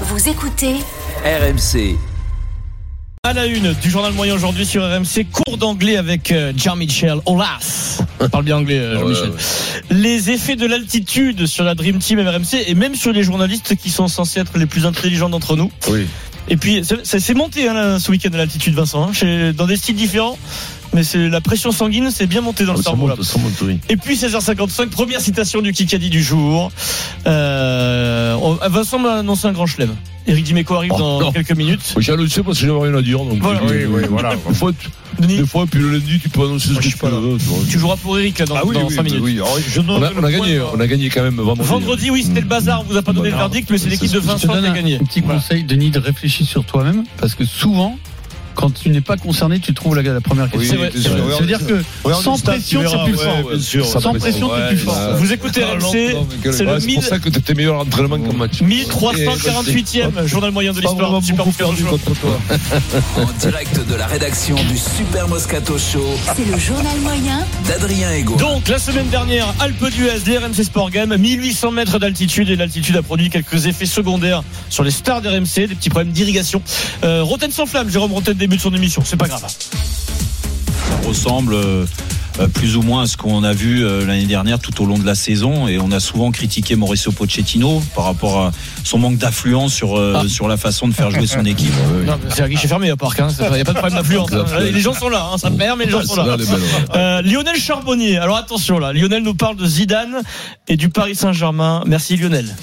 Vous écoutez RMC. À la une du journal moyen aujourd'hui sur RMC, cours d'anglais avec euh, Jean-Michel Aulas. Parle bien anglais, euh, Jean-Michel. Les effets de l'altitude sur la Dream Team RMC et même sur les journalistes qui sont censés être les plus intelligents d'entre nous. Oui. Et puis, c'est- c'est c'est monté hein, là, ce week-end de l'altitude, Vincent. hein, chez- dans des styles différents, mais c'est la pression sanguine, c'est bien monté Ah, dans le Ça cerveau. là. monte, ça monte, oui. Et puis 16h55, première citation du Kikadi du jour. Euh, on- Vincent m'a annoncé un grand chelem. Eric Dimeco arrive Oh, dans non. quelques minutes. Oui, J'ai annoncé parce que j'avais rien à dire. Donc Voilà. je dis, Oui, euh, oui, voilà. Des fois, tu- Denis, des fois, puis le lundi, tu peux annoncer ce Moi, que je tu suis pas là. veux. tu vois. tu joueras pour Eric là, dans, Ah oui, dans oui, 5 bah oui, minutes. oui. Alors, je ne On a, donne on le a point, gagné, moi. on a gagné quand même vendredi. Vendredi, oui, c'était le bazar. On vous a pas donné le Voilà. verdict, mais c'est Ça, l'équipe de c'est- Je te Vincent donne qui a un, gagné. un petit Voilà. conseil, Denis, de réfléchir sur toi-même, parce que souvent, quand tu n'es pas concerné, tu trouves la, la première Oui, C'est question. vrai, bien C'est sûr. vrai. Regarde- C'est-à-dire que regarde sans les stats, pression, tu c'est verras, plus ouais, fort. bien sûr. Ça sans presse. pression, Ouais, t'es plus ça- fort. Vous écoutez Ah, non, RMC, non, mais quel- c'est ouais, le c'est 1000 pour ça que t'étais meilleur en entraînement qu'en match. 1348e journal moyen de euh, Pas vraiment l'histoire. Super beaucoup perdu Moscato Show. contre toi. En direct de la rédaction du Super Moscato Show C'est le journal moyen d'Adrien Ego. Donc, la semaine dernière, Alpe d'Huez, les RMC Sport Game, 1800 mètres d'altitude et l'altitude a produit quelques effets secondaires sur les stars d'RMC, des petits problèmes d'irrigation. Euh, Roten sans flamme, Jérôme Roten débute son émission, c'est pas grave. ressemble euh, euh, plus ou moins à ce qu'on a vu euh, l'année dernière tout au long de la saison et on a souvent critiqué Mauricio Pochettino par rapport à son manque d'affluence sur euh, sur la façon de faire jouer son équipe. Non, mais c'est un guichet fermé à Parc, hein, c'est pas- y a pas de problème d'affluence. hein. Les gens sont là, hein, ça perd, mais les gens sont là. Là, elle est belle, ouais. Euh, Lionel Charbonnier, alors attention là, Lionel nous parle de Zidane et du Paris Saint-Germain. Merci Lionel.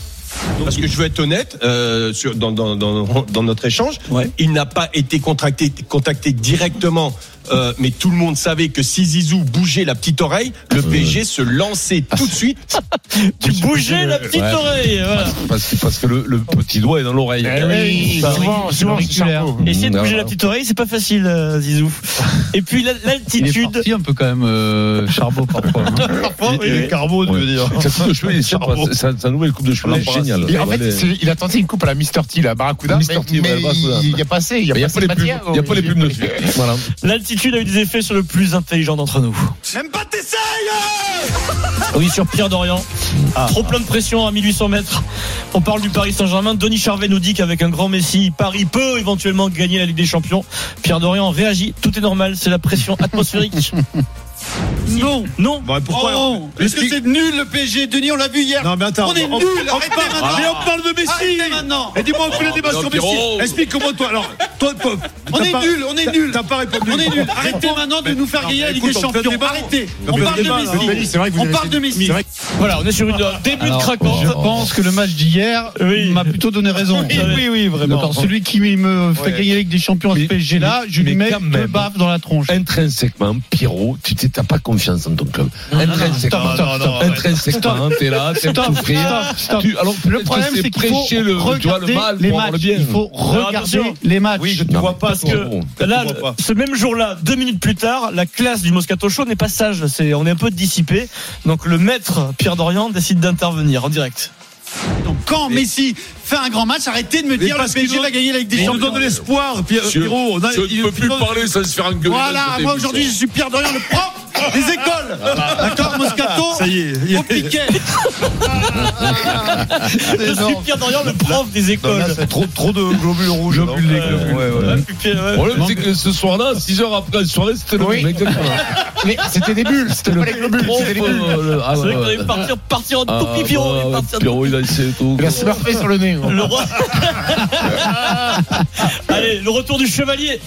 Parce que je veux être honnête euh, sur, dans, dans, dans, dans notre échange, il n'a pas été contracté, contacté directement, euh, mais tout le monde savait que si Zizou bougeait la petite oreille, Ah le PSG se lançait tout de Ah, suite. Tu bougeais la petite Ouais. oreille. Voilà. Parce que, parce que le, le petit doigt est dans l'oreille. Eh oui, Ça- souvent, C'est l'auriculaire. Essayer de Non, bouger non. la petite oreille, c'est pas facile, euh, Zizou. Et puis la- Il est l'altitude. parti un peu quand même, euh, Charbot, parfois. hein. Parfois, oui, oui. Carbo, tu Ouais. veux dire. Sa coupe de cheveux, il est sympa. Sa, sa nouvelle coupe de cheveux, elle est géniale. Et en fait, Elle est- c'est- il a tenté une coupe à la Mister T, la Barracuda, Mr. mais, T, ouais, mais la Barracuda. il n'y a pas assez. bah, Il n'y a, Il n'y a pas pas les assez de plumes, matière, il y oh, a pas les plumes Olivier. dessus. Voilà. L'altitude a eu des effets sur le plus intelligent d'entre nous. Même pas tes Oui, sur Pierre Dorian. Ah. Trop plein de pression à 1800 mètres. On parle du Paris Saint-Germain. Denis Charvet nous dit qu'avec un grand Messi, Paris peut éventuellement gagner la Ligue des Champions. Pierre Dorian réagit. Tout est normal, c'est la pression atmosphérique. non, non. Bah, pourquoi Est-ce que c'est nul le PSG Denis, on l'a vu hier. Non mais attends, on est nul. Arrêtez maintenant. Mais on parle de Messi. maintenant. Et dis-moi, on fait le débat sur Messi. Explique comment toi. Alors, toi, toi on est nul, on est nul. T'as pas répondu. On est nul. Arrêtez maintenant de nous faire gagner la Ligue des Champions. Arrêtez. On parle de Messi. C'est vrai que vous On avez parle de Messi. C'est vrai que- Voilà, on est sur une euh, début Alors, de craquante. Je pense que le match d'hier Oui. m'a plutôt donné raison. Oui, oui, oui, vraiment. D'accord, celui qui me fait gagner avec des champions à ce Mais- PSG là, je lui mais mets quand deux même. baffes dans la tronche. intrinsèquement, Pierrot, tu t'es- t'as pas confiance en ton club. Intrinsèquement, non, non, non, intrinsèquement, t'es là, t'aimes Stop, souffrir. stop, stop. Tu, alors, Le problème, c'est qu'il faut le, tu vois, regarder le mal les pour avoir matchs. le bien. Il faut regarder attention. les matchs. Oui, je te Non, vois mais- pas. Parce que là, Je vois pas. ce même jour-là, deux minutes plus tard, la classe du Moscato Show n'est pas sage. C'est, on est un peu dissipé. Donc le maître Pierre Dorian décide d'intervenir en direct. Ah, quand Messi fait un grand match, arrêtez de me dire le PSG va gagner la Ligue des On nous Champions. donne de l'espoir, Pierre- Pierrot. on a- il- il- il- sans se faire engueuler. Voilà, moi aujourd'hui je suis Pierre Dorian, le prof Ah, des écoles. D'accord, Moscato Ça y est. il y a- Au piquet. Je suis Pierre Dorian, le prof des Non, écoles. Euh, là, c'est trop, trop de globules rouges. non Globules, les Ouais, globules. ouais, ouais. Ouais, puis Pierre, ouais. Le problème, c'est que ce soir-là, 6 heures après la soirée, c'était le Oui. même. Exactement. Mais c'était des bulles, c'était pas les globules, Trop, c'était des bulles. euh, le- ah, C'est vrai qu'on ouais, allait ouais. partir, partir en Ah, toupie Pierrot. bah, on est ouais, parti en Pierrot, il a essayé tout. Il a smurfé sur le nez. hein. toupie. Le roi- Allez, le retour du chevalier.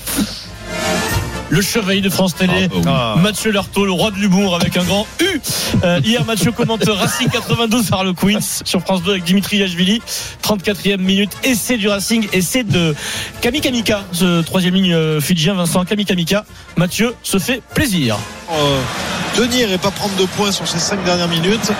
Le chevalier de France Télé. Ah. bah Mathieu Lartaud, le roi de l'humour avec un grand U. Euh, hier, Mathieu commente Racing 92 par le Queens sur France 2 avec Dimitri Yachvili. 34e minute, essai du Racing, essai de Kami Kamika, ce troisième ligne euh, fidjien, Vincent Kami Kamika. Mathieu se fait plaisir. tenir et pas prendre de points sur ces cinq dernières minutes.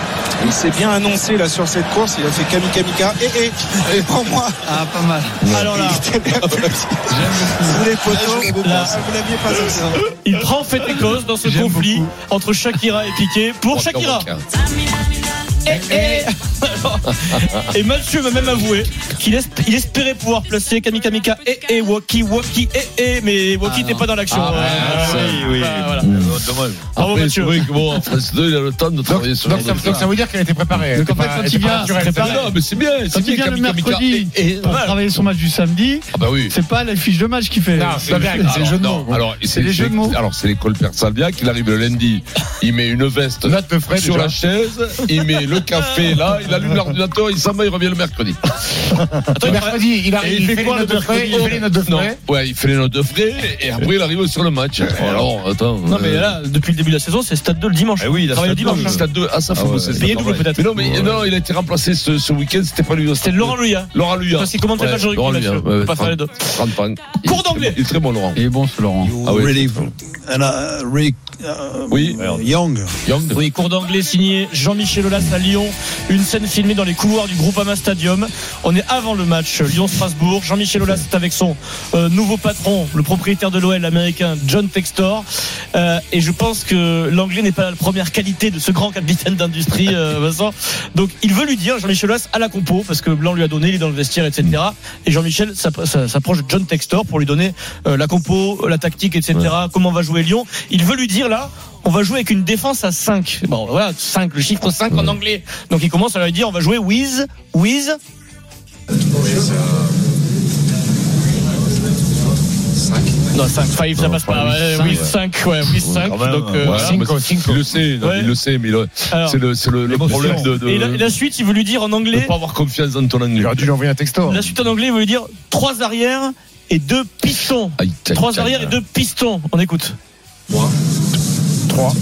Il s'est bien annoncé là sur cette course. Il a fait Kami Kamika. Et, eh eh, prends-moi. Ah, pas mal. Alors là, Il était bien plus sous les poteaux. Vous Ah, Là. l'aviez pas annoncé, hein. il Oh, prend fait et cause dans ce conflit entre Shakira et Piqué pour Shakira. Et Mathieu m'a même avoué qu'il esp- il espérait pouvoir placer Kamika Mika et eh, Waki Waki et eh, mais Waki n'était pas dans l'action. Ah, Ah, ouais, oui, oui. Bah, voilà. Dommage. Après, c'est vrai que bon, en France 2, il a le temps de travailler sur Donc les ça, résultats. donc ça veut dire qu'elle était préparée. Donc en fait, quand il vient- Ah Non, mais c'est bien. Quand c'est bien, il vient le Kamika Mika mercredi et- et- pour travailler son match du samedi, Ah bah oui. c'est pas la fiche de match qu'il fait. Non, c'est bien, c'est les jeux de non, mots. Alors, C'est les jeux de mots. Alors, c'est l'école Persalvia qui arrive le lundi. Il met une veste Là, te ferais sur déjà. la chaise, il met le café là, il allume l'ordinateur, il s'en va, il revient le mercredi. Le mercredi, il Et arrive, il fait les notes de frais, il fait les notes de Non, frais. ouais, il fait les notes de frais et après il arrive sur le match. Alors, attends. Non mais là, depuis le début de la saison, c'est Stade 2 le dimanche. Ah oui, Ah il a fait dimanche. double. Stade 2, ah, ça faut ouais. bosser. Payé ça, double, ouais. peut-être. Mais non, mais non, il a été remplacé ce, ce week-end, c'était pas lui. C'était Laurent Luya. Laurent Luya. Parce qu'il commentait le match aujourd'hui, Laurent Mathieu. Luya. On peut pas faire les deux. 30 points. Il est Cours très d'anglais. bon, Il est très bon, Laurent. Il est bon ce Laurent. Ah oui. Really, and, uh, Rick, uh, Oui. Young. Young. Oui, cours d'anglais signé Jean-Michel Aulas à Lyon. Une scène filmée dans les couloirs du Groupama Stadium. On est avant le match euh, Lyon-Strasbourg. Jean-Michel Aulas est avec son euh, nouveau patron, le propriétaire de l'OL, l'américain John Textor. Euh, et je pense que l'anglais n'est pas la première qualité de ce grand capitaine d'industrie, euh, Vincent. Donc il veut lui dire, Jean-Michel Aulas, à la compo, parce que Blanc lui a donné, il est dans le vestiaire, etc. Et Jean-Michel s'appro- s'a- s'approche de John Textor pour lui donner euh, la compo, la tactique, etc. Comment va jouer Lyon. Il veut lui dire là, on va jouer avec une défense à 5. Bon, voilà, 5, le chiffre 5 en anglais. Donc il commence à leur dire on va jouer with, with. Non, 5, 5, ça passe pas. Ouais, with 5, ouais, with 5. Donc, euh, Ah, Voilà, voilà. mais c'est- Il le sait, non, Ouais. il le sait, mais le- Alors. c'est le, c'est le, le problème de, de, Et la, et la suite, il veut lui dire en de anglais, pas avoir confiance dans ton anglais. Il aurait dû lui envoyer un texto. la suite en anglais, il veut lui dire 3 arrières et 2 pistons. Aïe, aïe, 3 aïe. arrières et 2 pistons. On écoute. 3. 3.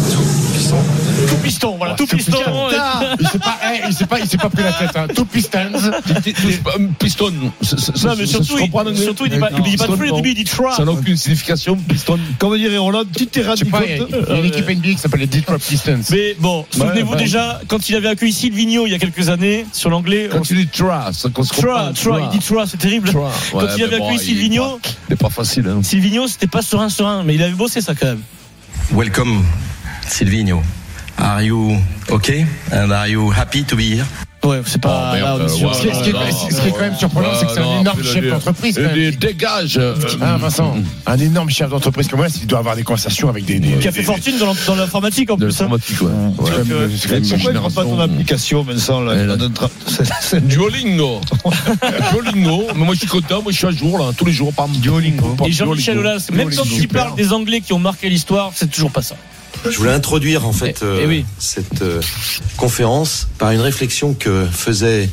Tout piston, Oh, voilà, tout piston. Ah, Il s'est pas, eh, il s'est pas, il s'est pas pris la tête, hein. Two Pistons. T'es- t'es- pas- un euh, Piston. Ça- ça- Non, ça- mais ça surtout, se il, comprend, mais- surtout, il dit pas, il dit pas Non, plus, au début, il dit try. Ça n'a aucune signification, piston. Comment dire, Irlande, petite Je sais pas, il y a- il y a une équipe NBA qui s'appelle les Detroit Pistons. Mais bon, souvenez-vous déjà, quand il avait accueilli Silvino il y a quelques années, sur l'anglais, on Quand tu dis tra, ça qu'on se Tra, comprend. tra, il dit tra, c'est terrible. Tra. Quand Ouais, il avait mais bon, accueilli il- Silvino, C'est pas facile, hein. Silvino c'était pas serein, serein, mais il avait bossé ça quand même. Welcome, Silvino. Are you okay? And are you happy to be here? Ouais, c'est pas. Oh, là, merde, on est euh, sur- ouais, Ce qui est- ce qui non, est ce qui est quand même surprenant, c'est que c'est Ah, non, un non, énorme puis le chef dire. d'entreprise. quand Et même. des- Dégage. euh, Ah, Vincent, mm, un énorme chef d'entreprise comme moi, il doit avoir des conversations avec des. des- Qui a fait des- fortune dans l'in- dans l'informatique en De plus. hein. l'informatique, ouais. C'est quand même- c'est quand même une génération. application, Vincent, là, Elle a- dans notre- Duolingo. Duolingo. Mais moi, je suis content. Moi, je suis à jour, là. Tous les jours, pam. Duolingo. Et Jean-Michel Aulas, même quand il Super. parle des Anglais qui ont marqué l'histoire, c'est toujours pas ça. Je voulais introduire en fait Eh, euh, eh oui. cette euh, conférence par une réflexion que faisait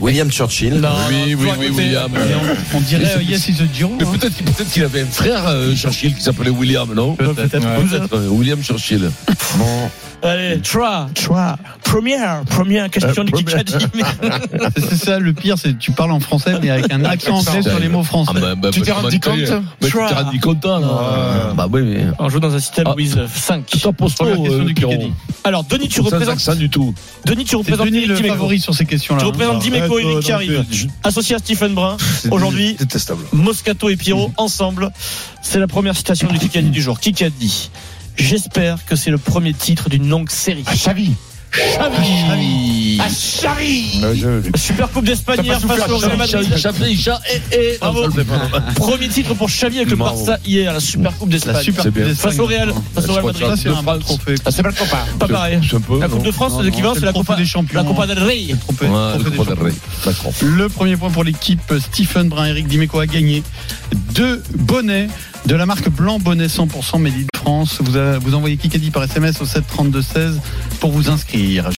William Churchill. Oui, oui, oui, William. On dirait euh, Yes is a Giro. Mais peut-être qu'il peut-être qu'il avait un frère, euh, Churchill, qui s'appelait William, non Peut-être. Peut-être, euh, William Churchill. Mm. Allez, tra, tra. Première, première Euh, question du Kikadi. C'est ça le pire, c'est que tu parles en français mais avec un accent anglais sur les mots français. Ah bah, Tu t'es rendu compte Mais tu t'es Tra. rendu compte, là Bah oui, mais. On joue dans un système Ah. with 5. Toi, pose-toi Première euh, question du Pierrot. Kikadi. Alors, Denis, tu Sans représentes. accent du tout. Denis, tu C'est représentes devenu Eric le Dimeco. favori sur ces questions-là. Tu hein. représentes Bah, Dimeco et Eric qui arrive. Associé à Stephen Brun. Aujourd'hui, détestable. Moscato et Mm. Pierrot ensemble. C'est la première citation du Kikadi du jour. Kikadi. J'espère que c'est le premier titre d'une longue série. Ah, Xavi. Ah. Xavi. Ah, Xavi. Bah, Super Coupe d'Espagne hier face au Real Madrid. Chapelet, chat, et, Ah, et. Bravo. Premier titre pour Xavi avec le Bravo. Barça hier, la Super Coupe La d'Espagne. super C'est bien. Face au Real, face au Real Madrid. Ça c'est un bon trophée. Ah, c'est pas le compas. Pas pareil. C'est un peu. La Coupe de France, Non, c'est l'équivalent, non, c'est c'est la le trophée Copa, des champions. hein. la Copa del Rey. Trophée- trophée des champions. D'accord. Le premier point pour l'équipe Stephen Brun, Eric Dimeco a gagné deux bonnets de la marque Blanc Bonnet 100% Made in France. Vous, avez- vous envoyez Kikadi par SMS au 732 16 pour vous inscrire.